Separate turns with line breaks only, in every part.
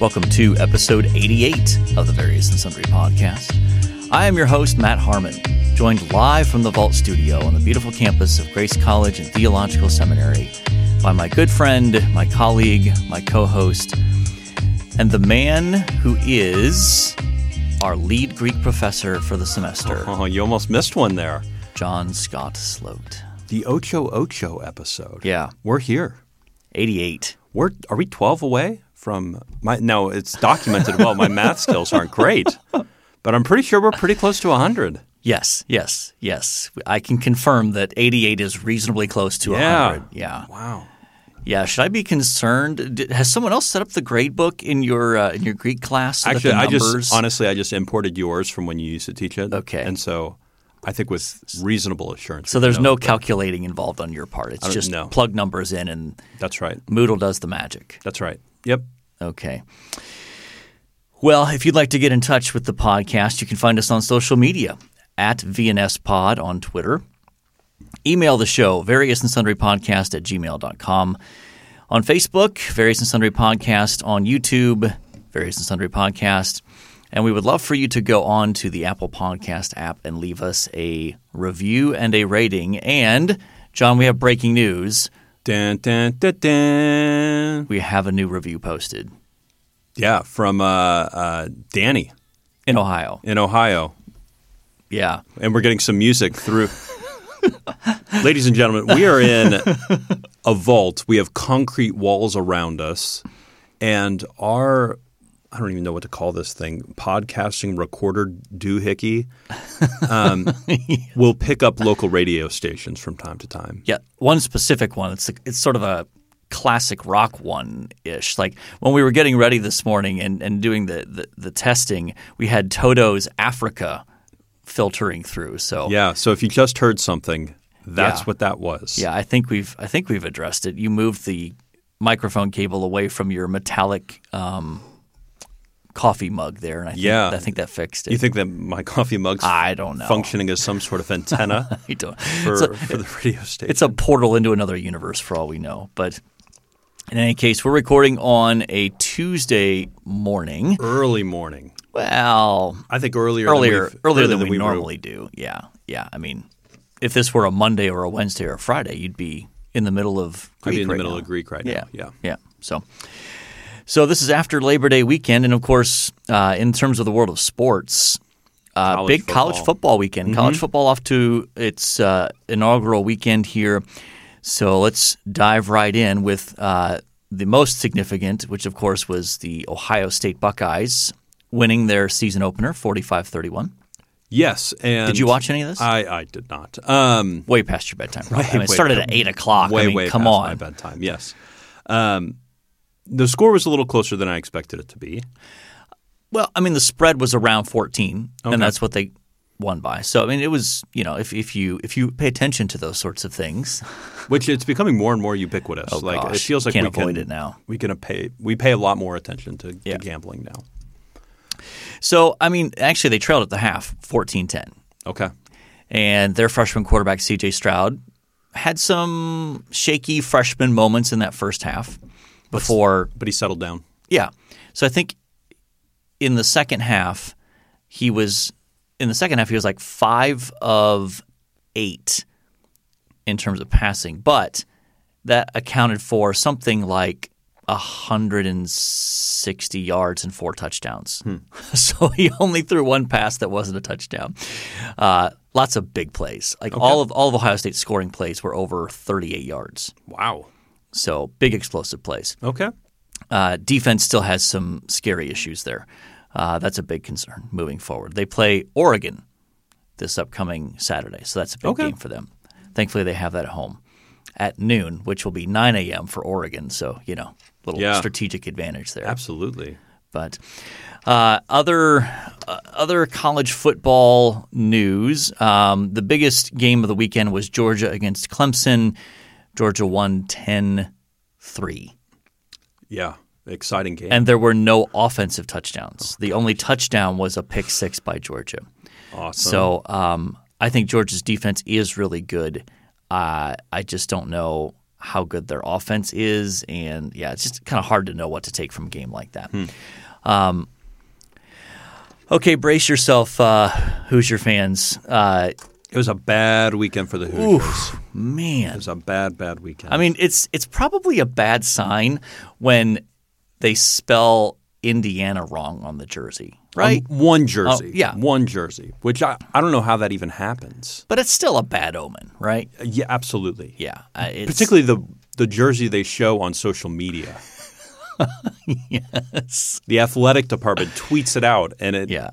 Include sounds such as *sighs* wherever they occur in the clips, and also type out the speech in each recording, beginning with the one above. Welcome to episode 88 of the Various and Sundry podcast. I am your host, Matt Harmon, joined live from the Vault Studio on the beautiful campus of Grace College and Theological Seminary by my good friend, my colleague, my co host, and the man who is our lead Greek professor for the semester,
Oh, you almost missed one there.
John Scott Sloat.
The Ocho Ocho episode.
Yeah,
We're here.
88.
We're are we 12 away from my no, it's documented well. My math skills aren't great. But I'm pretty sure we're pretty close to 100.
Yes, yes, yes. I can confirm that 88 is reasonably close to
Yeah.
100. Yeah.
Wow.
Yeah, should I be concerned? Did, has someone else set up the grade book in your uh, in your Greek class? So that
Actually,
the
I
numbers-
just honestly I just imported yours from when you used to teach it.
Okay.
And so I think with reasonable assurance.
so there's no calculating involved on your part. It's just
no.
plug numbers in and
That's right.
Moodle does the magic.
That's right. Yep.
Okay. Well, if you'd like to get in touch with the podcast, you can find us on social media at VNS Pod on Twitter. Email the show, various and sundry podcast at gmail.com. On Facebook, various and sundry podcast. On YouTube, various and sundry podcast. And we would love for you to go on to the Apple Podcast app and leave us a review and a rating. And, John, we have breaking news.
Dun, dun, dun, dun.
We have a new review posted
Yeah, from uh, uh, Danny
in Ohio.
in Ohio.
Yeah.
and we're getting some music through. *laughs* Ladies and gentlemen, we are in a vault. We have concrete walls around us, and our I don't even know what to call this thing podcasting recorder doohickey
*laughs*
um, will pick up local radio stations from time to time.
Yeah, one specific one. It's it's sort of a classic rock one ish. Like when we were getting ready this morning and, and doing the, the, the testing, we had Toto's Africa filtering through. So
Yeah, so if you just heard something, that's
Yeah.
what that was.
yeah, I think we've I think we've addressed it. You moved the microphone cable away from your metallic um, coffee mug there, and I think,
Yeah.
I think that fixed it. *laughs*
You think that my coffee mug's
I don't know.
functioning as some sort of antenna
I don't- *laughs*
for,
It's a-
for the radio station?
it's a portal into another universe for all we know. But in any case, we're recording on a Tuesday morning.
early morning.
Well,
I think earlier
earlier
than we've-
earlier than, we,
were-
normally do. Yeah, yeah. I mean, if this were a Monday or a Wednesday or a Friday, you'd be in the middle of
I'd
Greek
be in the
right
middle
now.
of Greek right
Yeah,
now. Yeah.
yeah. So, so this is after Labor Day weekend, and of course, uh, in terms of the world of sports, uh,
College
big college
football. Mm-hmm.
football weekend. College football off to its uh, inaugural weekend here. So let's dive right in with uh, the most significant, which of course was the Ohio State Buckeyes winning their season opener 45 31.
Yes. And
Did you watch any of this?
I, I did not. Um,
way past your bedtime, right? I mean, it
way
started at 8 o'clock.
way,
I mean,
way
come
past
on.
my bedtime. Yes. Um, the score was a little closer than I expected it to be.
Well, I mean, the spread was around 14,
Okay.
and that's what they won by. So, I mean, it was you know, if, if you if you pay attention to those sorts of things, *laughs*
Which it's becoming more and more ubiquitous. like it
Oh, gosh,
feels like
can't
we
avoid
can,
it now.
We can pay we pay a lot more attention to,
Yeah.
to gambling now.
So, I mean, actually, they trailed at the half, 14-10,
Okay.
and their freshman quarterback C.J. Stroud had some shaky freshman moments in that first half before
But he settled down.
Yeah. So I think in the second half, he was in the second half he was like five of eight in terms of passing, but that accounted for something like hundred and sixty yards and four touchdowns. *laughs* So he only threw one pass that wasn't a touchdown. Uh, lots of big plays. Like all of all of Ohio State's scoring plays were over thirty eight yards.
Wow.
So big explosive plays.
Okay.
Uh, defense still has some scary issues there. Uh, that's a big concern moving forward. They play Oregon this upcoming Saturday, so that's a big
Okay.
game for them. Thankfully, they have that at home at noon, which will be 9 a.m. for Oregon. So you know, little
Yeah.
strategic advantage there.
Absolutely.
But uh, other uh, other college football news. Um, the biggest game of the weekend was Georgia against Clemson. Georgia won 10-3
Yeah. Exciting game.
and there were no offensive touchdowns. The only touchdown was a pick six by Georgia.
awesome.
So um, I think Georgia's defense is really good. Uh, I just don't know how good their offense is, and yeah, it's just kind of hard to know what to take from a game like that. Um, okay, brace yourself, uh, Hoosier fans. Uh,
It was a bad weekend for the Hoosiers. It
man,
was a bad, bad weekend.
I mean, it's it's probably a bad sign when they spell Indiana wrong on the jersey, right? Oh,
Um, one jersey.
yeah.
One jersey, which I, I don't know how that even happens.
but it's still a bad omen, right?
Uh, Yeah, absolutely.
Yeah, uh, it's,
Particularly the, the jersey they show on social media.
*laughs* yes,
The athletic department tweets it out, and it,
yeah.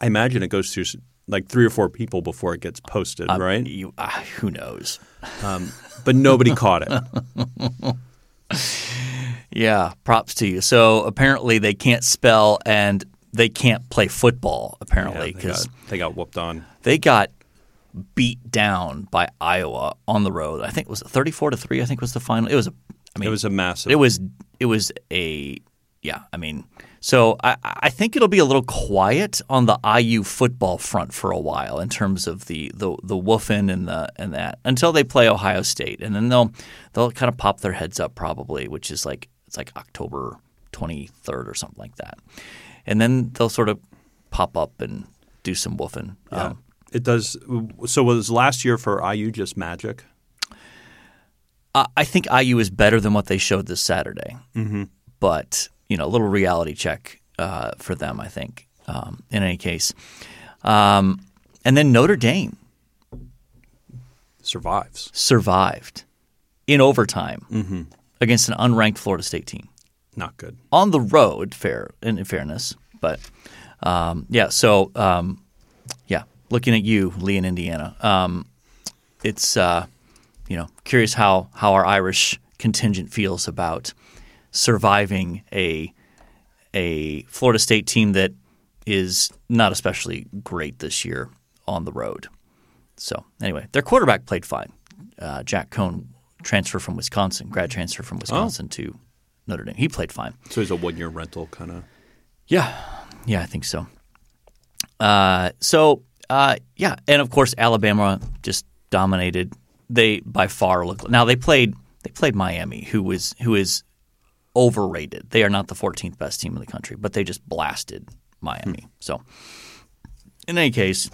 I imagine it goes through s- like three or four people before it gets posted, right?
You, uh, who knows?
Um, but nobody caught
*laughs*
it.
Yeah, props to you. So apparently they can't spell and they can't play football apparently
they,
because
got, they got whooped on.
they got beat down by Iowa on the road. I think it was 34 to 3 I think was the final. It was a I mean
It was a massive.
it was it was a yeah, I mean so I, I think it'll be a little quiet on the IU football front for a while in terms of the the the woofing and the and that until they play Ohio State and then they'll they'll kind of pop their heads up probably, which is like it's like October twenty third or something like that, and then they'll sort of pop up and do some woofing. Um,
it does. So was last year for IU just magic?
I I think IU is better than what they showed this Saturday, mm-hmm. but you know, a little reality check uh, for them. I think um, in any case, um, and then Notre Dame
Survives.
survived in overtime against an unranked Florida State team
Not good.
on the road. Fair in fairness, but um, yeah. So um, yeah, looking at you, Lee in Indiana. Um, it's uh, you know curious how how our Irish contingent feels about surviving a a Florida State team that is not especially great this year on the road. So anyway, their quarterback played fine. Uh, Jack Cohn, transfer from Wisconsin, grad transfer from Wisconsin to Notre Dame. He played fine.
So he's a one year rental kind of.
Yeah, yeah, I think so. Uh, so uh, yeah, and of course Alabama just dominated. They by far look now they played they played Miami, who was who is overrated. They are not the 14th best team in the country, but they just blasted
Hmm.
Miami. So in any case,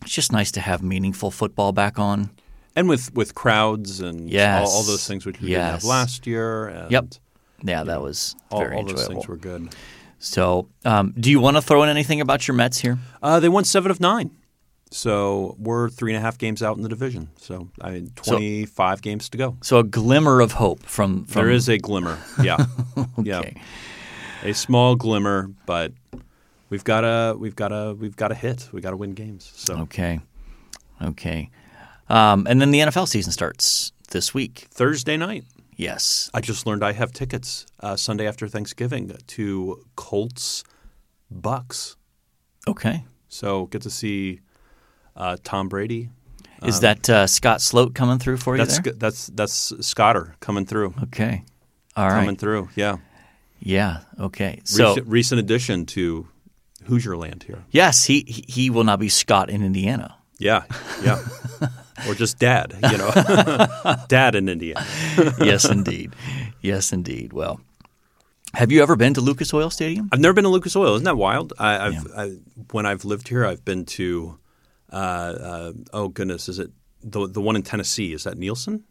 it's just nice to have meaningful football back on.
And with, with crowds and
Yes.
all, all those things which we didn't have
Yes.
last year. And
Yep. Yeah, that was
All,
very
all
enjoyable.
those things were good.
So, um, do you want to throw in anything about your Mets here?
Uh, they won seven of nine. So we're three and a half games out in the division. So I mean, 25 games to go.
So, a glimmer of hope from, from
There is a glimmer.
*laughs*
Yeah. Yeah. A small glimmer, but we've got to we've got to we've got to hit. We got to win games. So
Okay. Okay. Um, and then the NFL season starts this week.
Thursday night,
Yes.
I just learned I have tickets uh, Sunday after Thanksgiving to Colts Bucks.
Okay.
So get to see uh, Tom Brady.
Is that uh, Scott Sloat coming through for you
Um, That's
there?
good- that's that's Scotter coming through.
Okay. All right.
Coming through. Yeah.
Yeah. Okay. So,
recent, recent addition to Hoosier Land here.
yes, he, he he will not be Scott in Indiana.
*laughs* Yeah,
*laughs*
yeah. or just Dad, you know, *laughs* Dad in Indiana.
Yes, indeed. yes, indeed. Well, have you ever been to Lucas Oil Stadium?
I've never been to Lucas Oil. Isn't that wild? I, I've I, when I've lived here, I've been to. Uh, uh, oh goodness, is it the the one in Tennessee? Is that Nielsen?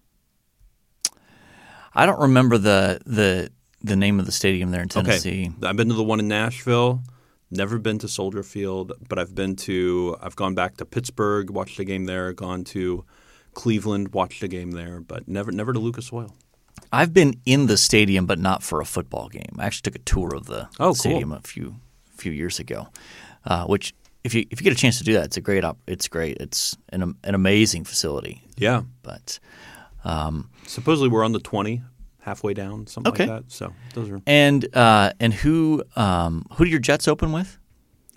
I don't remember the the the name of the stadium there in
Okay.
Tennessee.
I've been to the one in Nashville. Never been to Soldier Field, but I've been to. I've gone back to Pittsburgh, watched a game there. Gone to Cleveland, watched a game there, but never never to Lucas Oil.
I've been in the stadium, but not for a football game. I actually took a tour of the
Oh, cool.
stadium a few few years ago, uh, which if you if you get a chance to do that, it's a great op- it's great. It's an am- an amazing facility.
Yeah,
But
supposedly we're on the twenty, halfway down, something
Okay.
like that. So those are
and uh, and who um, who do your Jets open with?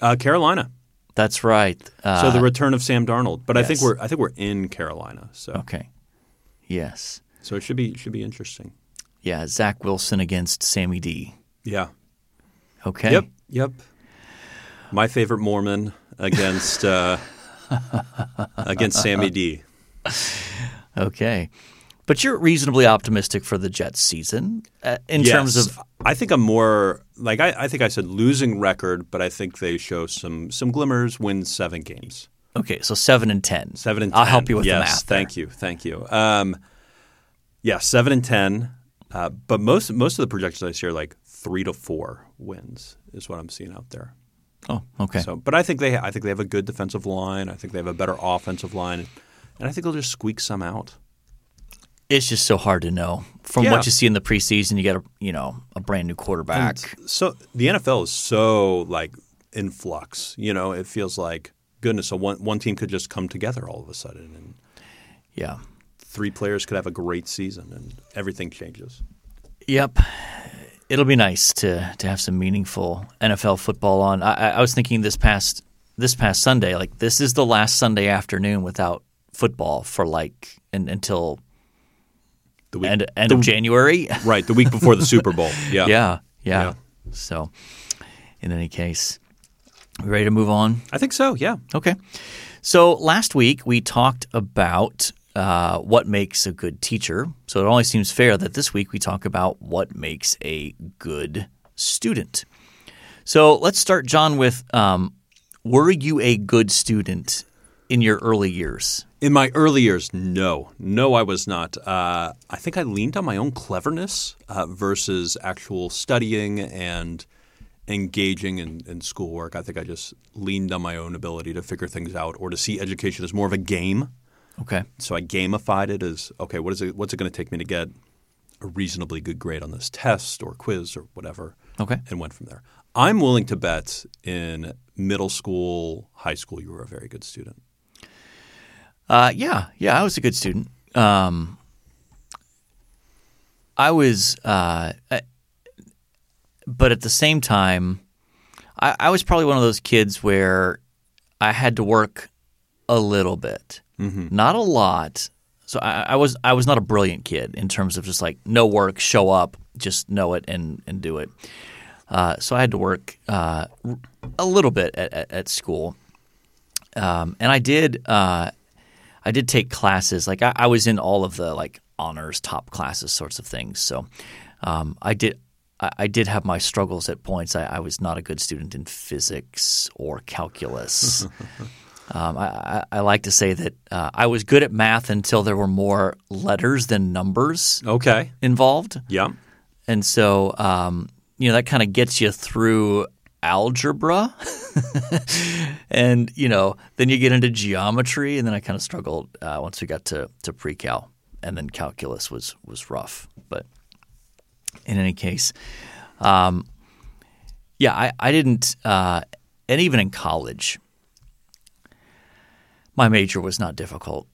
uh, Carolina.
That's right. Uh,
So the return of Sam Darnold, but I think
yes. Oh.
we're I think we're in Carolina. So
okay, yes,
So it should be should be interesting.
yeah, Zach Wilson against Sammy D.
Yeah.
Okay,
Yep. Yep. My favorite Mormon
*laughs*
against uh, against Sammy D.
okay. But you're reasonably optimistic for the Jets season uh, in terms
Yes.
of
I think I'm more like I, I think I said losing record, but I think they show some some glimmers. Win seven games,
okay, so seven and ten.
seven and
I'll
10.
help you with
yes,
the math. there.
Thank you, thank you. Um, yeah, seven and ten. Uh, but most most of the projections I see are like three to four wins is what I'm seeing out there.
Oh, okay.
So, but I think they I think they have a good defensive line. I think they have a better offensive line, and I think they'll just squeak some out.
It's just so hard to know from
Yeah.
what you see in the preseason. You got a you know a brand new quarterback.
So the NFL is so like in flux. You know, it feels like goodness. So one one team could just come together all of a sudden, and
yeah.
three players could have a great season, and everything changes.
Yep. It'll be nice to to have some meaningful NFL football on. I, I- I was thinking this past this past Sunday, like this is the last Sunday afternoon without football for like and, until
The week,
end end of
*laughs*
January.
right? The week before the Super Bowl.
yeah,
Yeah. Yeah.
yeah. So, in any case, we ready to move on?
I think so. Yeah.
Okay. So last week we talked about uh, what makes a good teacher. So it only seems fair that this week we talk about what makes a good student. So let's start, John, with um, were you a good student in your early years?
In my early years, no, no, I was not. Uh, I think I leaned on my own cleverness uh, versus actual studying and engaging in, in schoolwork. I think I just leaned on my own ability to figure things out or to see education as more of a game.
Okay.
So I gamified it as okay, what is it? What's it going to take me to get a reasonably good grade on this test or quiz or whatever?
Okay.
and went from there. I'm willing to bet in middle school, high school, you were a very good student.
Uh, yeah, yeah, I was a good student. Um, I was, uh, I- but at the same time, I, I was probably one of those kids where I had to work a little bit, not a lot. So I, I was I was not a brilliant kid in terms of just like no work, show up, just know it and and do it. Uh, so I had to work uh, r- a little bit at, at, at school, um, and I did. Uh, I did take classes. Like I, I was in all of the like honors, top classes, sorts of things. So um, I did. I, I did have my struggles at points. I, I was not a good student in physics or calculus. um, I, I, I like to say that uh, I was good at math until there were more letters than numbers
Okay.
involved.
Yeah.
And so, um, you know, that kind of gets you through algebra. *laughs* and, you know, then you get into geometry. And then I kind of struggled uh, once we got to, to pre cal. And then calculus was, was rough. But in any case, um, yeah, I, I didn't, uh, and even in college, my major was not difficult.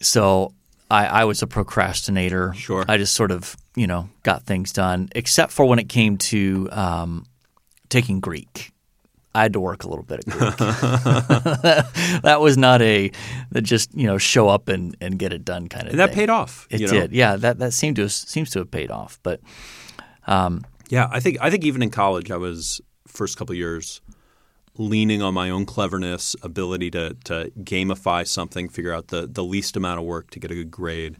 So I, I was a procrastinator.
Sure.
I just sort of, you know, got things done, except for when it came to um, taking Greek. I had to work a little bit at Greek. *laughs* that was not a that just you know show up and, and get it done kind of
And that
thing.
paid off.
It
you know?
did, yeah. That that seemed to seems to have paid off, but
Yeah, I think I think even in college, I was first couple years leaning on my own cleverness, ability to to gamify something, figure out the the least amount of work to get a good grade,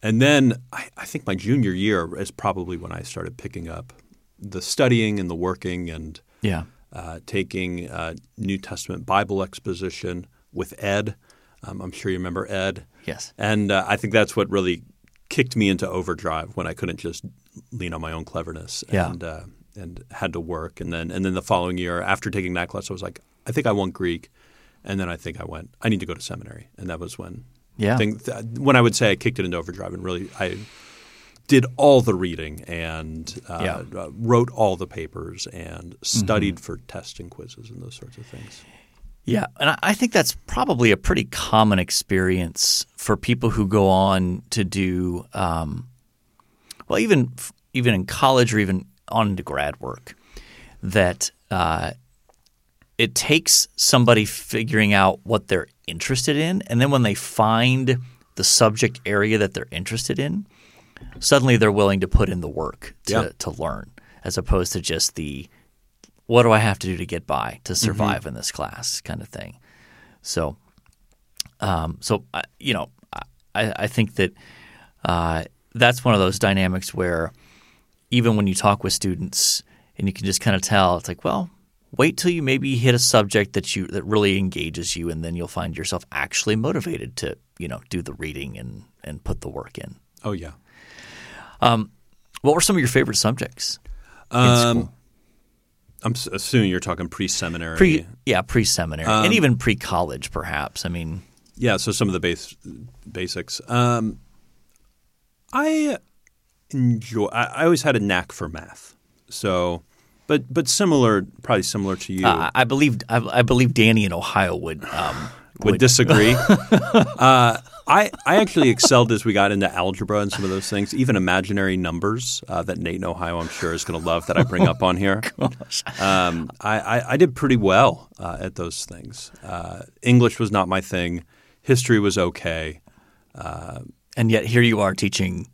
and then I, I think my junior year is probably when I started picking up the studying and the working and
yeah,
uh, taking uh, New Testament Bible exposition with Ed. Um, I'm sure you remember Ed.
yes,
And uh, I think that's what really kicked me into overdrive when I couldn't just lean on my own cleverness
Yeah.
and uh, and had to work. And then and then the following year, after taking that class, I was like, I think I want Greek. And then I think I went. I need to go to seminary. And that was when
Yeah.
thing, th- when I would say I kicked it into overdrive and really I did all the reading and uh,
Yeah. Mm-hmm.
uh, wrote all the papers and studied for tests and quizzes and those sorts of things.
yeah. And I, I think that's probably a pretty common experience for people who go on to do, um, well, even even in college or even on to grad work, that uh, it takes somebody figuring out what they're interested in, and then when they find the subject area that they're interested in, suddenly they're willing to put in the work to,
Yeah.
to learn, as opposed to just the what do I have to do to get by to survive in this class kind of thing. uh, So, um, so I, you know, I, I think that uh, that's one of those dynamics where even when you talk with students and you can just kind of tell, it's like, well, wait till you maybe hit a subject that you that really engages you, and then you'll find yourself actually motivated to you know do the reading and and put the work in.
Oh yeah.
What were some of your favorite subjects in school?
I'm s- assuming you're talking pre-seminary.
Pre, yeah, pre seminary and even pre college, perhaps. I mean,
yeah, so some of the base basics. Um, I enjoy. I, I always had a knack for math. So, but but similar, probably similar to you.
I, I believe I, I believe Danny in Ohio would. Um,
would disagree. uh, I I actually excelled as we got into algebra and some of those things, even imaginary numbers uh, that Nate in Ohio, I'm sure, is going to love that I bring up on here. Um, I, I I did pretty well uh, at those things. Uh, English was not my thing. History was okay.
and yet here you are teaching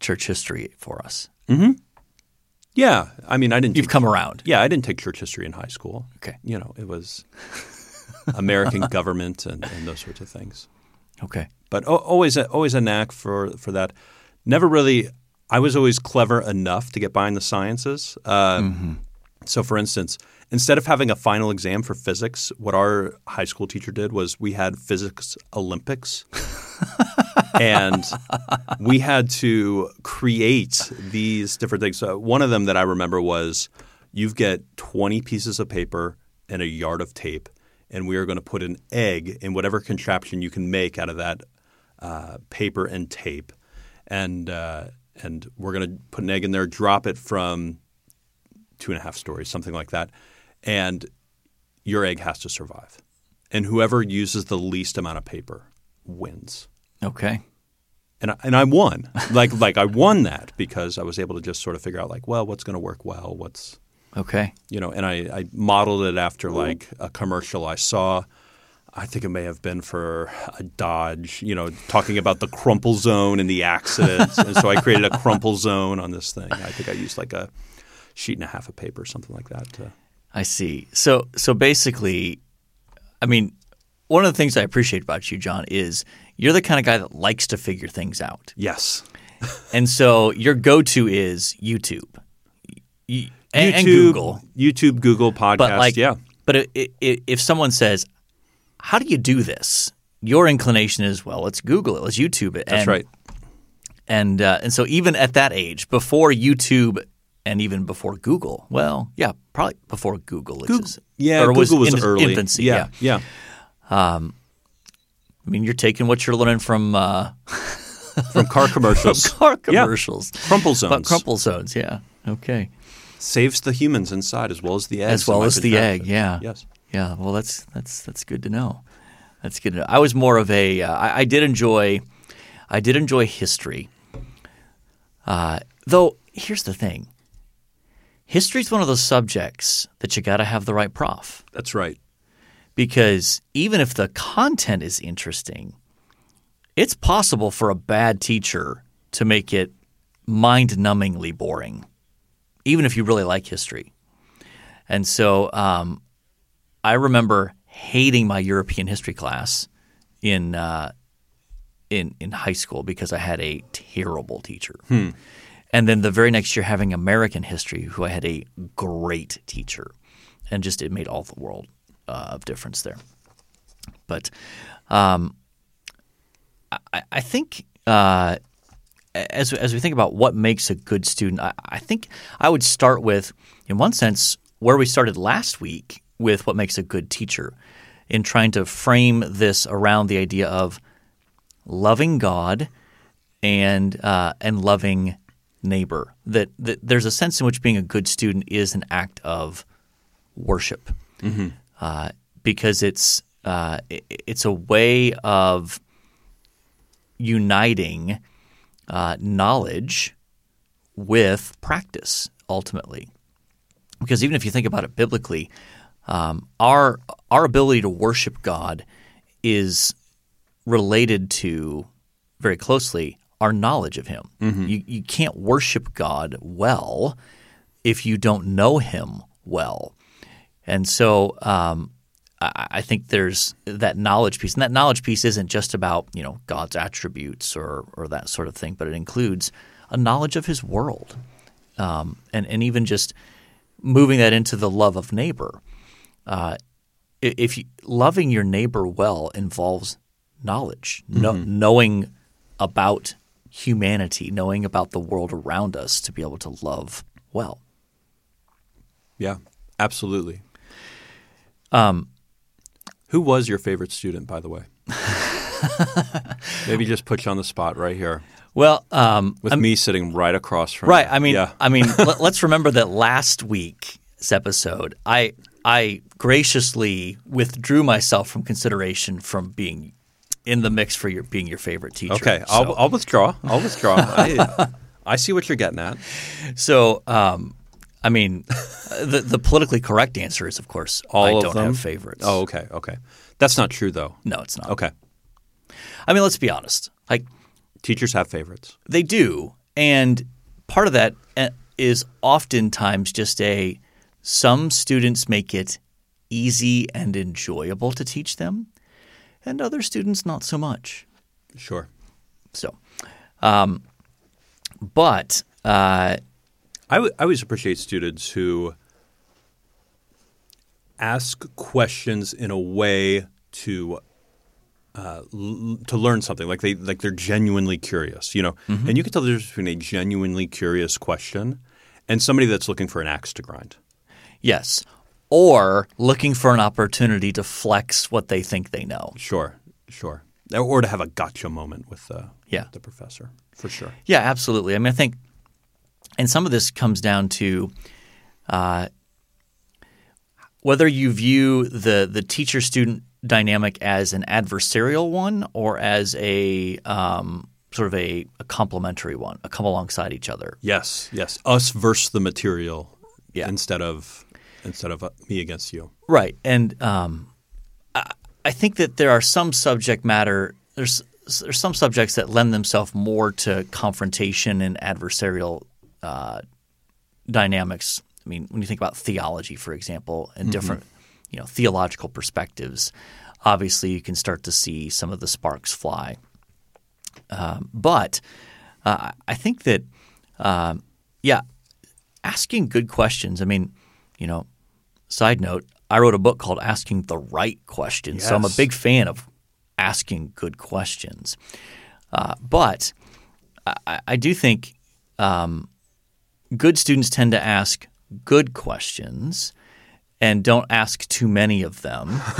church history for us.
Yeah, I mean, I didn't.
You've
take-
come around.
Yeah, I didn't take church history in high school.
Okay.
you know, it was *laughs* American government and, and those sorts of things.
Okay.
but o- always a, always a knack for for that. Never really, I was always clever enough to get by in the sciences. Uh, So, for instance, instead of having a final exam for physics, what our high school teacher did was we had physics Olympics. and we had to create these different things. So one of them that I remember was you get 20 pieces of paper and a yard of tape, and we are going to put an egg in whatever contraption you can make out of that uh, paper and tape. And, uh, and we're going to put an egg in there, drop it from two and a half stories, something like that. And your egg has to survive. And whoever uses the least amount of paper wins
Okay.
and I, and I won. Like *laughs* like I won that because I was able to just sort of figure out like, well, what's going to work well, what's
Okay.
you know, and I, I modeled it after
Mm-hmm.
like a commercial I saw. I think it may have been for a Dodge, you know, talking about the crumple zone and the accidents. and so I created
*laughs*
a crumple zone on this thing. I think I used like a sheet and a half of paper or something like that. To,
I see. So so basically, I mean, one of the things I appreciate about you, John, is you're the kind of guy that likes to figure things out,
yes.
and so your go-to is YouTube, Y- and, and
YouTube,
Google.
YouTube, Google, podcast.
But like,
yeah.
But i i i- if someone says, "How do you do this?" Your inclination is, "Well, let's Google it, let's YouTube it."
That's
and,
right.
And uh, and so even at that age, before YouTube and even before Google, well, yeah, probably before Google existed.
Yeah,
or
Google was,
in its
early.
infancy. yeah.
yeah.
I mean, you're taking what you're learning from uh, *laughs*
From car commercials.
car
Yeah.
commercials,
Crumple zones.
but crumple zones. Yeah. Okay.
saves the humans inside as well as the eggs.
As well
that
as
might
the egg.
contract it.
Yeah.
Yes.
Yeah. Well, that's that's that's good to know. That's good to know. I was more of a. Uh, I, I did enjoy. I did enjoy history. Uh, though here's the thing. History's one of those subjects that you got to have the right prof.
That's right.
because even if the content is interesting, it's possible for a bad teacher to make it mind numbingly boring, even if you really like history. And so um, I remember hating my European history class in, uh, in, in high school because I had a terrible teacher. And then the very next year, having American history, who I had a great teacher, and just it made all the world uh, of difference there. But um, I, I think uh, as as we think about what makes a good student, I, I think I would start with, in one sense, where we started last week with what makes a good teacher, in trying to frame this around the idea of loving God and uh, and loving neighbor. That, that there's a sense in which being a good student is an act of worship, uh, because it's uh, i- it's a way of uniting uh, knowledge with practice ultimately. Because even if you think about it biblically, um, our our ability to worship God is related to very closely our knowledge of Him. You, you can't worship God well if you don't know Him well. And so um, I I think there's that knowledge piece, and that knowledge piece isn't just about you know God's attributes or or that sort of thing, but it includes a knowledge of His world, um, and and even just moving that into the love of neighbor. Uh, i- if you, loving your neighbor well involves knowledge, kno- knowing about humanity, knowing about the world around us, to be able to love well.
Yeah, absolutely. Um,
Um,
Who was your favorite student,
*laughs*
by the way? Maybe just put you on the spot right here
Well, um,
with me sitting right across from
Right.
you.
I mean,
yeah,
I *laughs* mean, let, let's remember that last week's episode, I I graciously withdrew myself from consideration from being in the mix for your being your favorite teacher.
okay.
So,
I'll, I'll withdraw. I'll
*laughs*
withdraw. I, I see what you're getting at.
so, um, I mean, *laughs* the the politically correct answer is, of course,
All
I
of
don't
them?
have favorites.
Oh, okay, okay. That's not true though.
no, it's not.
Okay,
I mean, let's be honest. Like
teachers have favorites.
They do. And part of that eh, is oftentimes just a some students make it easy and enjoyable to teach them, and other students not so much.
Sure.
So, um, but uh,
I, w- I always appreciate students who ask questions in a way to uh, l- to learn something. Like they like they're genuinely curious, you know. And you can tell the difference between a genuinely curious question and somebody that's looking for an axe to grind.
yes, or looking for an opportunity to flex what they think they know.
Sure, sure. Or- Or to have a gotcha moment with the
Yeah.
the professor for sure.
Yeah, absolutely. I mean, I think, and some of this comes down to uh, whether you view the the teacher student dynamic as an adversarial one or as a um, sort of a, a complementary one, a come alongside each other.
Yes, yes. Us versus the material
Yeah.
instead of instead of uh, me against you.
Right. And um, I, I think that there are some subject matter, there's, there's some subjects that lend themselves more to confrontation and adversarial uh, dynamics. I mean, when you think about theology, for example, and different you know, theological perspectives, obviously you can start to see some of the sparks fly. Um, but uh, I think that, um, yeah, asking good questions. I mean, you know, side note, I wrote a book called Asking the Right Questions. So I'm a
Yes.
big fan of asking good questions. Uh, but I- I, I do think um, good students tend to ask good questions and don't ask too many of them. *laughs*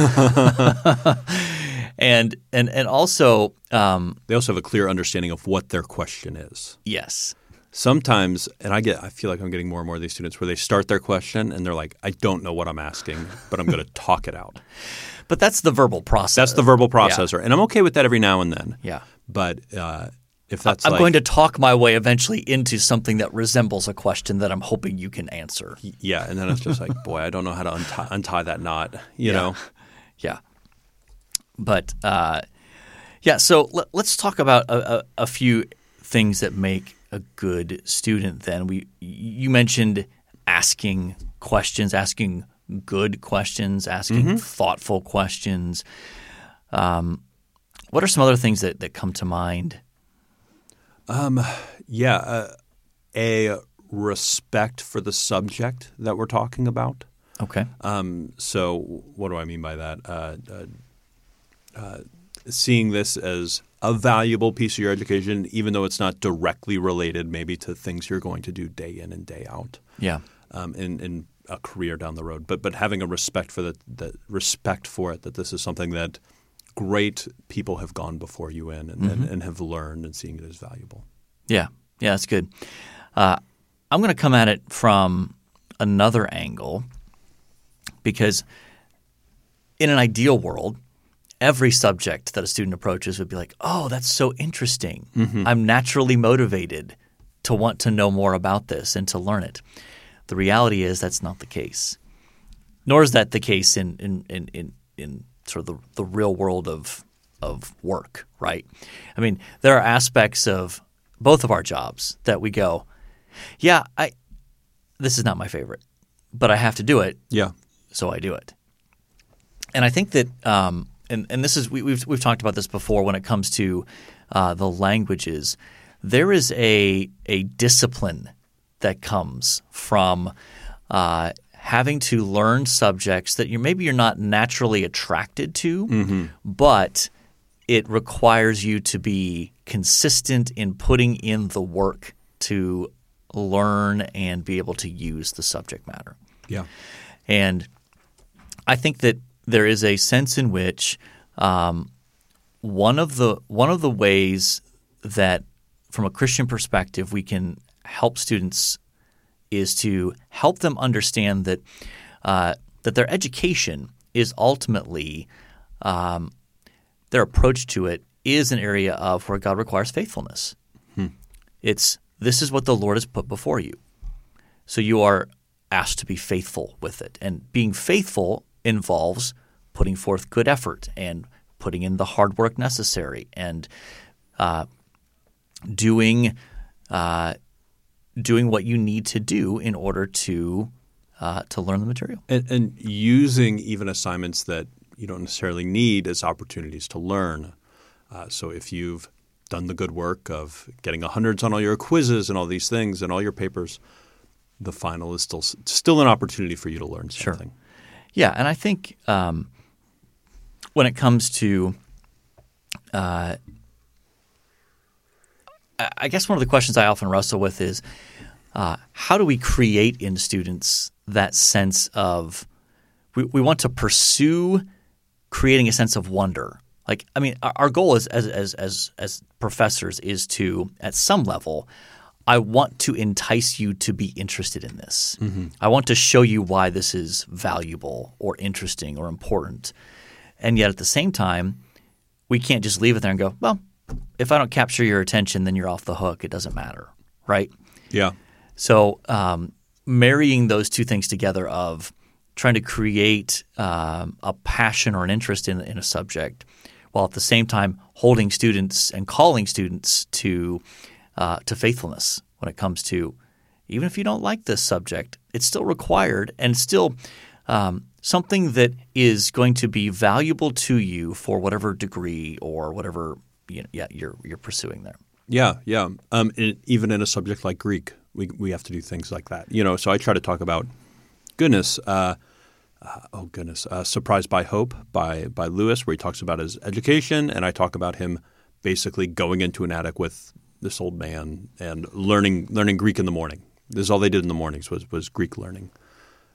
and, and, and also, um,
They also have a clear understanding of what their question is.
yes.
sometimes and i get i feel like i'm getting more and more of these students where they start their question and they're like i don't know what i'm asking but i'm going to talk it out
But that's the verbal process.
that's the
*laughs*
verbal processor and i'm okay with that every now and then
Yeah.
but uh, if that's
I'm
like,
going to talk my way eventually into something that resembles a question that I'm hoping you can answer.
yeah and then it's just like boy i don't know how to untie, untie that knot you know
Yeah. But uh, yeah, so let, let's talk about a, a, a few things that make a good student. Then we you mentioned asking questions, asking good questions, asking thoughtful questions. Um, what are some other things that, that come to mind?
yeah uh, a respect for the subject that we're talking about
Okay.
Um, so, what do I mean by that? Uh, uh, uh, seeing this as a valuable piece of your education, even though it's not directly related, maybe to things you're going to do day in and day out,
yeah.
um, in in a career down the road. But but having a respect for the, the respect for it that this is something that great people have gone before you in and, and, and have learned and seeing it as valuable.
Yeah, yeah, that's good. Uh, I'm going to come at it from another angle because, in an ideal world, every subject that a student approaches would be like, "Oh, that's so interesting. I'm naturally motivated to want to know more about this and to learn it." The reality is that's not the case. Nor is that the case in in in in, in sort of the, the real world of of work, right? I mean, there are aspects of both of our jobs that we go, yeah, I this is not my favorite, but I have to do it,
Yeah,
so I do it. And I think that, um, and and this is we, we've we've talked about this before when it comes to uh, the languages. There is a a discipline that comes from uh, having to learn subjects that you maybe you're not naturally attracted to, but it requires you to be consistent in putting in the work to learn and be able to use the subject matter.
Yeah.
And I think that there is a sense in which um, one of the one of the ways that, from a Christian perspective, we can help students is to help them understand that uh, that their education is ultimately um, their approach to it is an area of where God requires faithfulness. It's this is what the Lord has put before you. So you are asked to be faithful with it. And being faithful involves putting forth good effort and putting in the hard work necessary and uh, doing uh, doing what you need to do in order to uh, to learn the material.
And, and using even assignments that you don't necessarily need as opportunities to learn. Uh, so if you've done the good work of getting a hundreds on all your quizzes and all these things and all your papers, the final is still still an opportunity for you to learn something.
Yeah, and I think um, when it comes to, uh, I I guess one of the questions I often wrestle with is uh, how do we create in students that sense of we, we want to pursue creating a sense of wonder. Like, I mean, our, our goal is, as, as, as, as professors is to, at some level, I want to entice you to be interested in this. I want to show you why this is valuable or interesting or important. And yet at the same time, we can't just leave it there and go, well, if I don't capture your attention, then you're off the hook. It doesn't matter, right?
Yeah.
So um, marrying those two things together of trying to create um, a passion or an interest in, in a subject, while at the same time holding students and calling students to uh, to faithfulness when it comes to even if you don't like this subject, it's still required and still um, something that is going to be valuable to you for whatever degree or whatever you know, yeah you're you're pursuing there.
Yeah, yeah. Um, and even in a subject like Greek, we we have to do things like that. You know, so I try to talk about goodness. Uh, uh, oh goodness, uh, "Surprised by Hope" by by Lewis, where he talks about his education, and I talk about him basically going into an attic with this old man and learning learning Greek in the morning. This is all they did in the mornings was was Greek learning,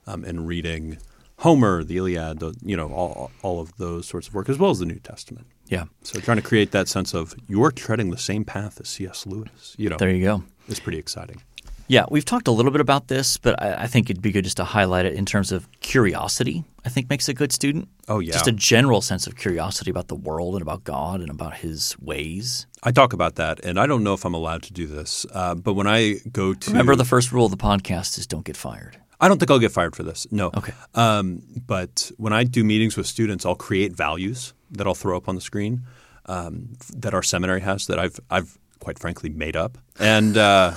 um, and reading Homer, the Iliad, the, you know, all all of those sorts of work, as well as the New Testament.
Yeah,
So trying to create that sense of you're treading the same path as C.S. Lewis, you know,
there you go.
it's pretty exciting.
Yeah, we've talked a little bit about this, but I, I think it'd be good just to highlight it in terms of curiosity. I think makes a good student.
Oh, yeah.
just a general sense of curiosity about the world and about God and about His ways.
I talk about that, and I don't know if I'm allowed to do this, uh, but when I go to
Remember, the first rule of the podcast is don't get fired.
I don't think I'll get fired for this. No.
Okay.
Um, but when I do meetings with students, I'll create values that I'll throw up on the screen um, f- that our seminary has that I've I've quite frankly made up, and uh,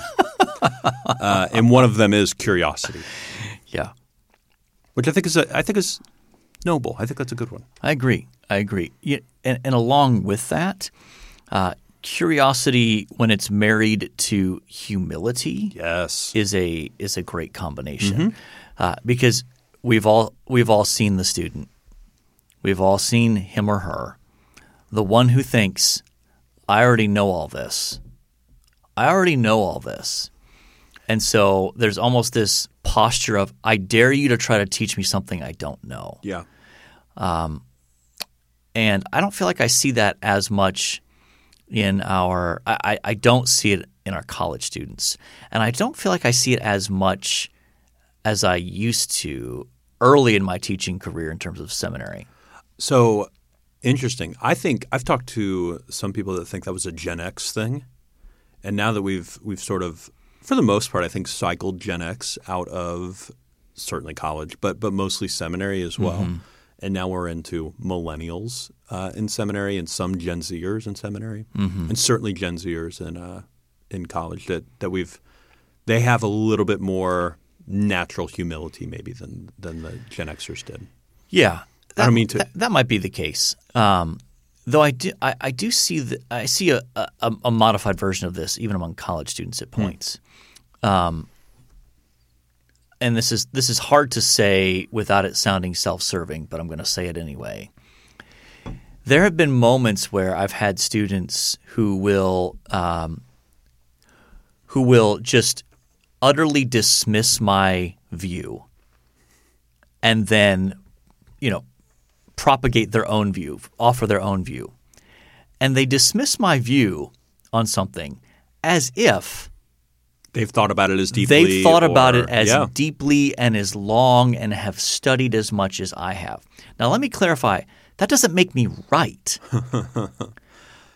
*laughs* uh, and one of them is curiosity,
Yeah,
which I think is a, I think is noble. I think that's a good one.
I agree. I agree. Yeah, and, and along with that, uh, curiosity when it's married to humility
Yes.
is a is a great combination uh, because we've all we've all seen the student, we've all seen him or her, the one who thinks, "I already know all this, I already know all this," and so there's almost this posture of, "I dare you to try to teach me something I don't know."
Yeah.
and I don't feel like I see that as much in our. I, I- I don't see it in our college students, and I don't feel like I see it as much as I used to early in my teaching career in terms of seminary.
So interesting. I think I've talked to some people that think that was a Gen X thing, and now that we've we've sort of, for the most part, I think cycled Gen X out of certainly college, but but mostly seminary as well. And now we're into millennials uh, in seminary, and some Gen Zers in seminary, and certainly Gen Zers in uh, in college. That that we've they have a little bit more natural humility maybe than than the Gen Xers did.
Yeah,
I don't mean to.
That, that might be the case. Um, though I do, I, I do see the, I see a, a, a modified version of this even among college students
Hmm.
at points. Um, and this is this is hard to say without it sounding self-serving, but I'm going to say it anyway. There have been moments where I've had students who will um, who will just utterly dismiss my view and then, you know, propagate their own view, offer their own view. And they dismiss my view on something as if
They've thought about it as deeply.
they've thought about
or-
it as
yeah.
deeply and as long and have studied as much as I have. Now, let me clarify that doesn't make me
*laughs*
right.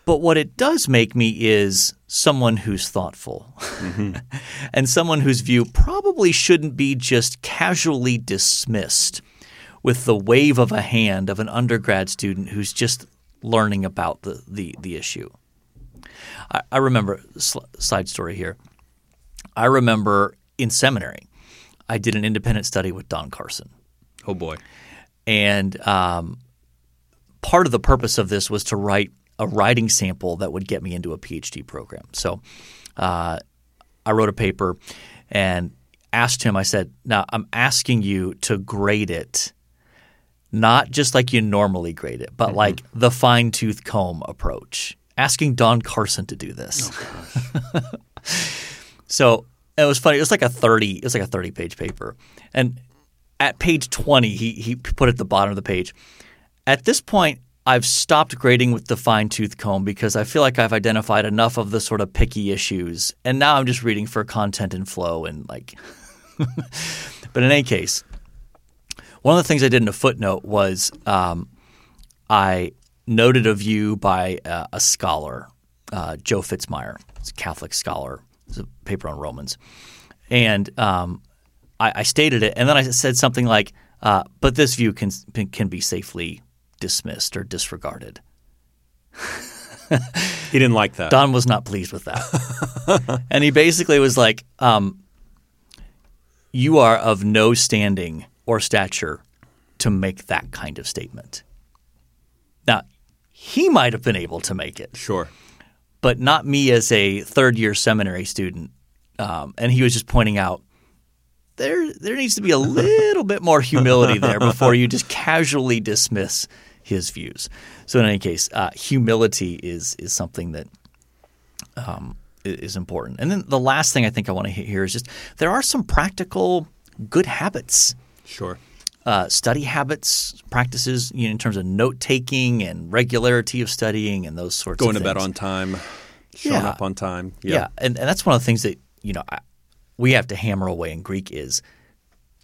but what it does make me is someone who's thoughtful
Mm-hmm.
*laughs* and someone whose view probably shouldn't be just casually dismissed with the wave of a hand of an undergrad student who's just learning about the, the, the issue. I, I remember, sl- side story here. I remember in seminary, I did an independent study with Don Carson.
Oh boy.
And um, part of the purpose of this was to write a writing sample that would get me into a PhD program. So uh, I wrote a paper and asked him, I said, Now I'm asking you to grade it, not just like you normally grade it, but like the fine tooth comb approach. Asking Don Carson to do this. So it was funny. It was like a thirty. It was like a thirty-page paper, and at page twenty, he he put at the bottom of the page. At this point, I've stopped grading with the fine-tooth comb because I feel like I've identified enough of the sort of picky issues, and now I'm just reading for content and flow and like. *laughs* but in any case, one of the things I did in a footnote was um, I noted a view by uh, a scholar, uh, Joe Fitzmyer, he's a Catholic scholar. It's a paper on Romans, and um, I, I stated it, and then I said something like, uh, "But this view can can be safely dismissed or disregarded."
He didn't like that.
Don was not pleased with that. and he basically was like, um, You are of no standing or stature to make that kind of statement. Now, he might have been able to make it,
Sure.
but not me as a third year seminary student. Um, and he was just pointing out there, there needs
*laughs*
to be a little bit more humility there before you just casually dismiss his views. So, in any case, uh, humility is is something that um, i- is important. And then the last thing I think I want to hit here is just there are some practical good habits,
Sure.
uh, study habits, practices you know, in terms of note taking and regularity of studying and those sorts
Going
of
to
things.
bed on time. Showing
Yeah.
up on time.
Yeah. And, and that's one of the things that, you know, I, we have to hammer away in Greek is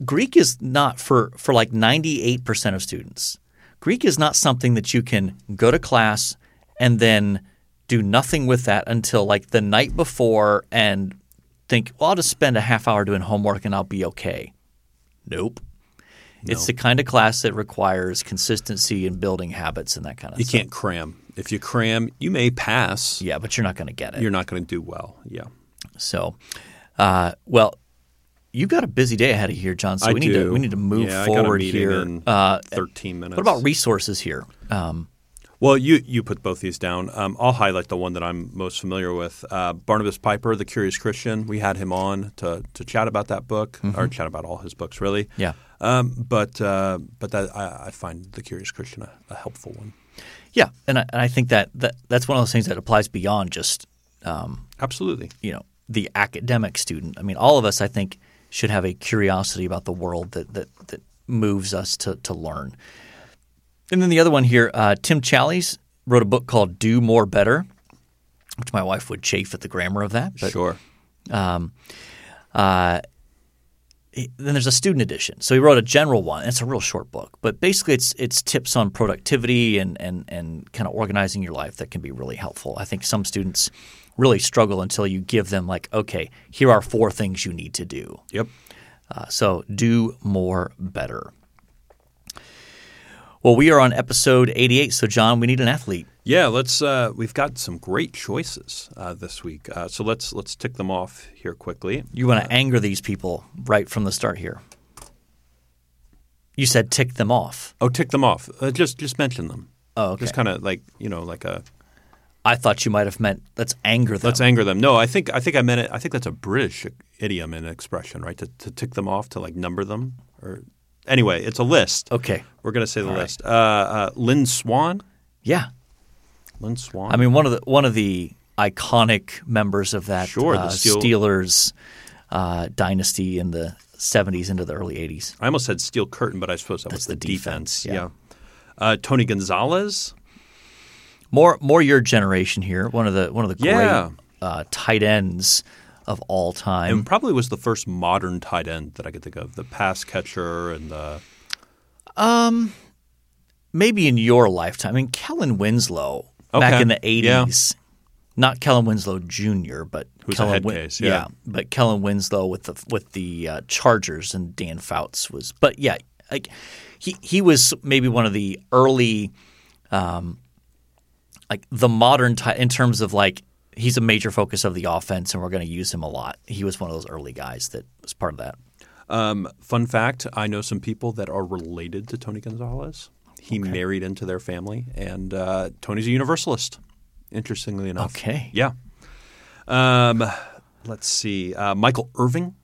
Greek is not for, for like 98% of students. Greek is not something that you can go to class and then do nothing with that until like the night before and think, well, I'll just spend a half hour doing homework and I'll be okay. Nope. It's the kind of class that requires consistency and building habits and that kind of
You
stuff.
can't cram. If you cram, you may pass.
Yeah, but you're not going to get it.
You're not going to do well. Yeah.
So, uh, well, you've got a busy day ahead of here, John. So
I
we need
do.
to we need to move
yeah, I got a
forward
meeting
here.
In
Uh,
13 minutes.
what about resources here? Um,
Well, you you put both these down. Um, I'll highlight the one that I'm most familiar with. Uh, Barnabas Piper, The Curious Christian. We had him on to to chat about that book, or chat about all his books, really.
Mm-hmm. Yeah.
Um, but uh, but that, I, I find The Curious Christian a, a helpful one.
yeah, and I, and I think that, that that's one of those things that applies beyond just
Absolutely.
you know the academic student. I mean, all of us, I think, should have a curiosity about the world that that, that moves us to to learn. And then the other one here, uh, Tim Challies wrote a book called "Do More Better," which my wife would chafe at the grammar of that, but
sure.
then there's a student edition. So he wrote a general one. It's a real short book, but basically it's it's tips on productivity and and and kind of organizing your life that can be really helpful. I think some students really struggle until you give them like, okay, here are four things you need to do.
Yep.
Uh, so do more better. Well, we are on episode 88. So John, we need an athlete.
Yeah. Let's. Uh, we've got some great choices uh, this week. Uh, so let's let's tick them off here quickly.
You want to anger these people right from the start here. You said tick them off.
Oh, tick them off. Uh, just just mention them.
Oh, okay.
Just kind of like you know, like a
I thought you might have meant let's anger them.
let's anger them. No, I think I think I meant it. I think that's a British idiom and expression, right? To, to tick them off, to like number them, or anyway, it's a list.
okay.
We're gonna say the list. Uh, uh, Lynn Swan.
Yeah.
Lynn Swan.
I mean, one of the one of the iconic members of that
Sure, the
uh,
Steel-
Steelers uh, dynasty in the '70s into the early '80s.
I almost said steel curtain, but I suppose that was the,
the defense, yeah.
yeah. Uh, Tony Gonzalez.
More more your generation here. One of the one of the great
Yeah.
uh, tight ends of all time.
And probably was the first modern tight end that I could think of. The pass catcher and the
Maybe in your lifetime. I mean, Kellen Winslow back
Okay.
in the
Yeah.
'80s. Not Kellen Winslow Jr., but
Who's a
Kellen
head
Win-
case, yeah.
but Kellen Winslow with the with the uh, Chargers and Dan Fouts was. But yeah, like he he was maybe one of the early um, like the modern ti in terms of like he's a major focus of the offense and we're going to use him a lot. He was one of those early guys that was part of that.
um, fun fact. I know some people that are related to Tony Gonzalez. He married into their family, and uh, Tony's a Universalist. Interestingly enough,
Okay.
yeah. Um, let's see, uh, Michael Irving.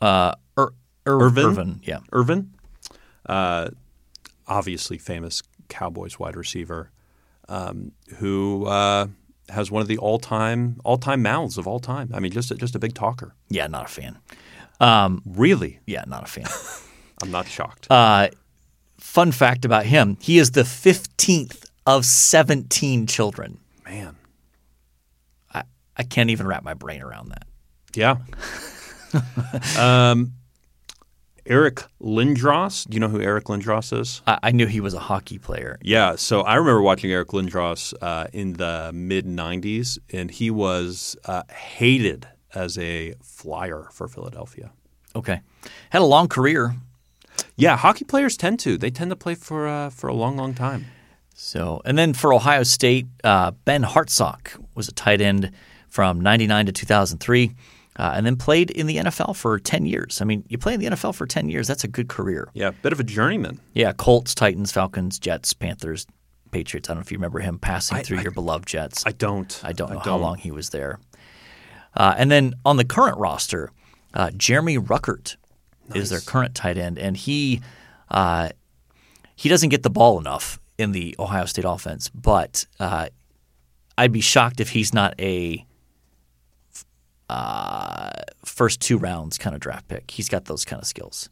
Ir- Ir-
Irvin?
Er, yeah.
Irvin, uh, obviously famous Cowboys wide receiver, um, who uh, has one of the all-time all-time mouths of all time. I mean, just a, just a big talker.
Yeah, not a fan.
Really,
Yeah, not a fan.
I'm not shocked.
Uh, Fun fact about him, he is the 15th of 17 children.
Man,
I can't even wrap my brain around that.
yeah. *laughs* um, Eric Lindros. Do you know who Eric Lindros is?
I, I knew he was a hockey player.
Yeah, so I remember watching Eric Lindros uh, in the mid '90s, and he was uh, hated as a flyer for Philadelphia.
Okay. Had a long career.
Yeah, hockey players tend to. They tend to play for uh, for a long, long time.
So, and then for Ohio State, uh, Ben Hartsock was a tight end from 99 to 2003, uh, and then played in the NFL for 10 years. I mean, you play in the NFL for 10 years, that's a good career.
Yeah, bit of a journeyman.
Yeah, Colts, Titans, Falcons, Jets, Panthers, Patriots. I don't know if you remember him passing through your beloved Jets.
I don't.
I don't know how long he was there. Uh, and then on the current roster, uh, Jeremy Ruckert is their current tight end, and he uh, he doesn't get the ball enough in the Ohio State offense. But uh, I'd be shocked if he's not a uh, first two rounds kind of draft pick. He's got those kind of skills.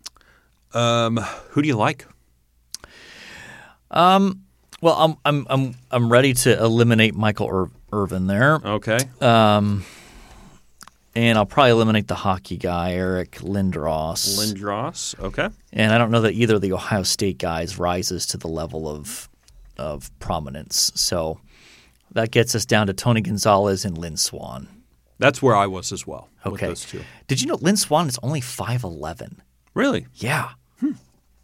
Um, who do you like?
Well, I'm I'm I'm I'm ready to eliminate Michael Ir- Irvin there.
Okay.
And I'll probably eliminate the hockey guy, Eric Lindros.
Lindros. Okay.
and I don't know that either of the Ohio State guys rises to the level of of prominence. So that gets us down to Tony Gonzalez and Lynn Swan.
That's where I was as well. With
Okay.
those two.
Did you know Lynn Swan is only five eleven?
Really?
Yeah.
Hmm.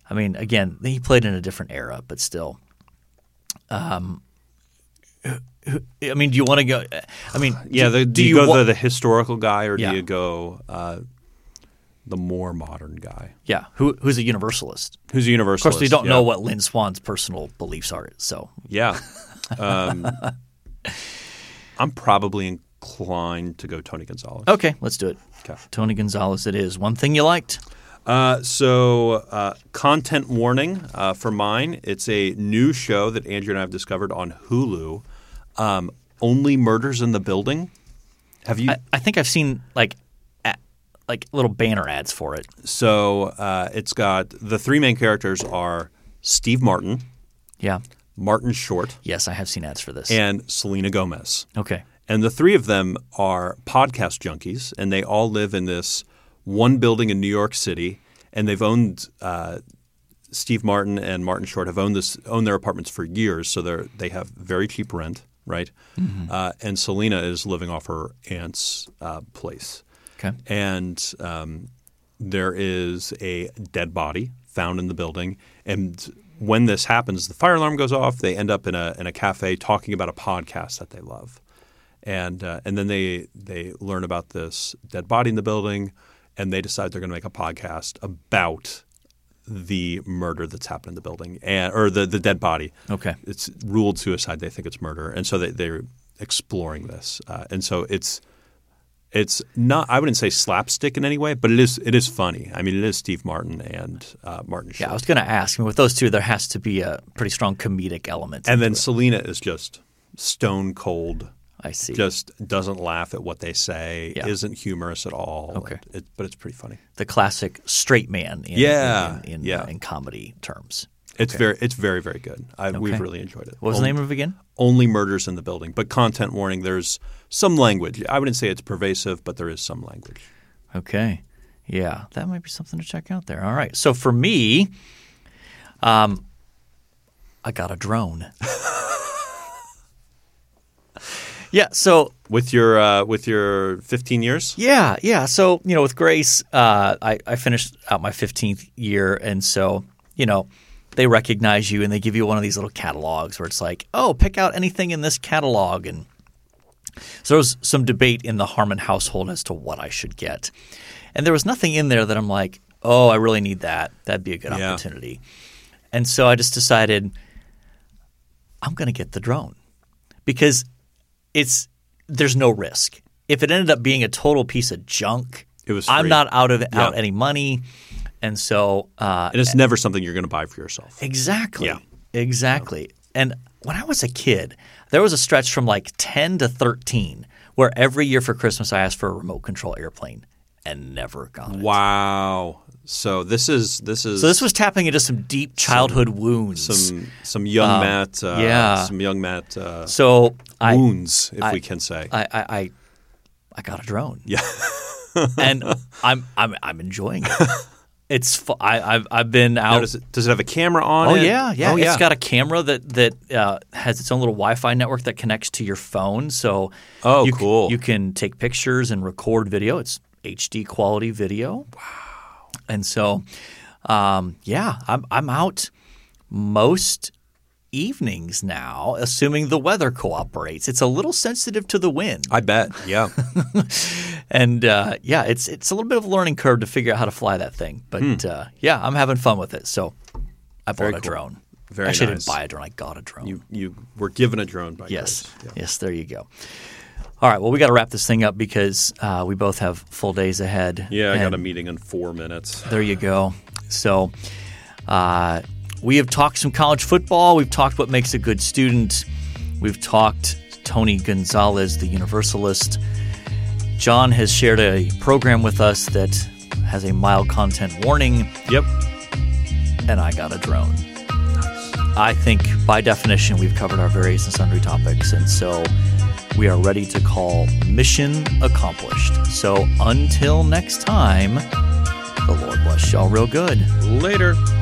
I mean, again, he played in a different era, but still. Um, I mean, do you want to go? I mean,
*sighs* Yeah.
Do,
The, do,
do
you, go
wa-
the, the historical guy or
Yeah.
do you go uh, the more modern guy?
yeah. Who who's a universalist?
Who's a
Of
universalist?
course, we don't
yeah.
know what Lynn Swan's personal beliefs are. So
Yeah. Um, I'm probably inclined to go Tony Gonzalez.
okay, let's do it.
Okay.
Tony Gonzalez, it is one thing you liked.
Uh, so, uh, content warning uh, for mine. It's a new show that Andrew and I have discovered on Hulu. Um, Only Murders in the Building. Have you?
I, I think I've seen like a, like little banner ads for it.
so, uh, it's got the three main characters are Steve Martin,
Yeah.
Martin Short,
Yes, I have seen ads for this.
and Selena Gomez.
okay.
And the three of them are podcast junkies, and they all live in this one building in New York City. And they've owned uh, Steve Martin and Martin Short have owned this owned their apartments for years, so they they have very cheap rent, right? Uh, and Selena is living off her aunt's uh, place,
Okay.
and um, there is a dead body found in the building. And when this happens, the fire alarm goes off. They end up in a in a cafe talking about a podcast that they love, and uh, and then they they learn about this dead body in the building, and they decide they're going to make a podcast about the murder that's happened in the building and or the the dead body.
Okay.
It's ruled suicide. They think it's murder, and so they, they're exploring this. Uh, and so it's it's not. I wouldn't say slapstick in any way, but it is it is funny. I mean, it is Steve Martin and uh, Martin Short.
Yeah, I was going to ask. I mean, with those two, there has to be a pretty strong comedic element.
and then Selena is just stone cold.
I see.
Just doesn't laugh at what they say.
Yeah.
Isn't humorous at all.
Okay.
it, but it's pretty funny.
the classic straight man in,
Yeah,
in, in,
yeah.
in comedy terms.
It's very it's very very good. I, We've
Okay.
really enjoyed it.
What was
Only-
the name of it again?
only murders in the building, but content warning. There's some language. I wouldn't say it's pervasive, but there is some language.
Okay. Yeah, that might be something to check out there. All right. So for me, um, I got a drone. *laughs* yeah. So
With your uh, with your 15 years,
Yeah, yeah. So you know, with Grace, uh, I, I finished out my fifteenth year, and so you know, they recognize you and they give you one of these little catalogs where it's like, oh, pick out anything in this catalog, and so there was some debate in the Harmon household as to what I should get, and there was nothing in there that I'm like, oh, I really need that. That'd be a good
Yeah.
opportunity, and so I just decided I'm going to get the drone because it's there's no risk. If it ended up being a total piece of junk,
It was
I'm
free.
not out of out
Yeah.
any money, and so uh,
and it's never something you're going to buy for yourself.
exactly,
Yeah.
exactly. And when I was a kid, there was a stretch from like 10 to 13 where every year for Christmas I asked for a remote control airplane and never got it.
Wow. So this is this is
So this was tapping into some deep childhood wounds.
some some young Matt. Uh,
Um, yeah.
Some young Matt uh,
so I
wounds, if we can say.
I, I, I, I got a drone. Yeah, *laughs* and I'm I'm I'm enjoying *laughs* it. It's fu- I, have I've been out.
Now, does, it, does it have a camera on
oh
it?
yeah, yeah.
Oh, yeah.
It's got a camera that that uh, has its own little Wi-Fi network that connects to your phone. So
Oh,
you c-
cool.
you can take pictures and record video. It's HD quality video. Wow. And so, um, yeah, I'm I'm out most evenings now, assuming the weather cooperates. It's a little sensitive to the wind.
I bet.
*laughs*
Yeah.
and uh, yeah, it's it's a little bit of a learning curve to figure out how to fly that thing. But uh, yeah, I'm having fun with it. So I bought a
Hmm. cool.
drone.
Very
Actually, I
nice.
didn't buy a drone. I got a drone.
you you were given a drone by
yes,
Grace.
yes. There you go. All right. Well, we got to wrap this thing up because uh, we both have full days ahead.
Yeah. I got a
And
meeting in four minutes.
There you go. So uh, we have talked some college football. We've talked what makes a good student. We've talked Tony Gonzalez, the Universalist. John has shared a program with us that has a mild content warning,
Yep.
and I got a drone. I think by definition, we've covered our various and sundry topics, and so we are ready to call mission accomplished. So until next time, the Lord bless y'all real good.
Later.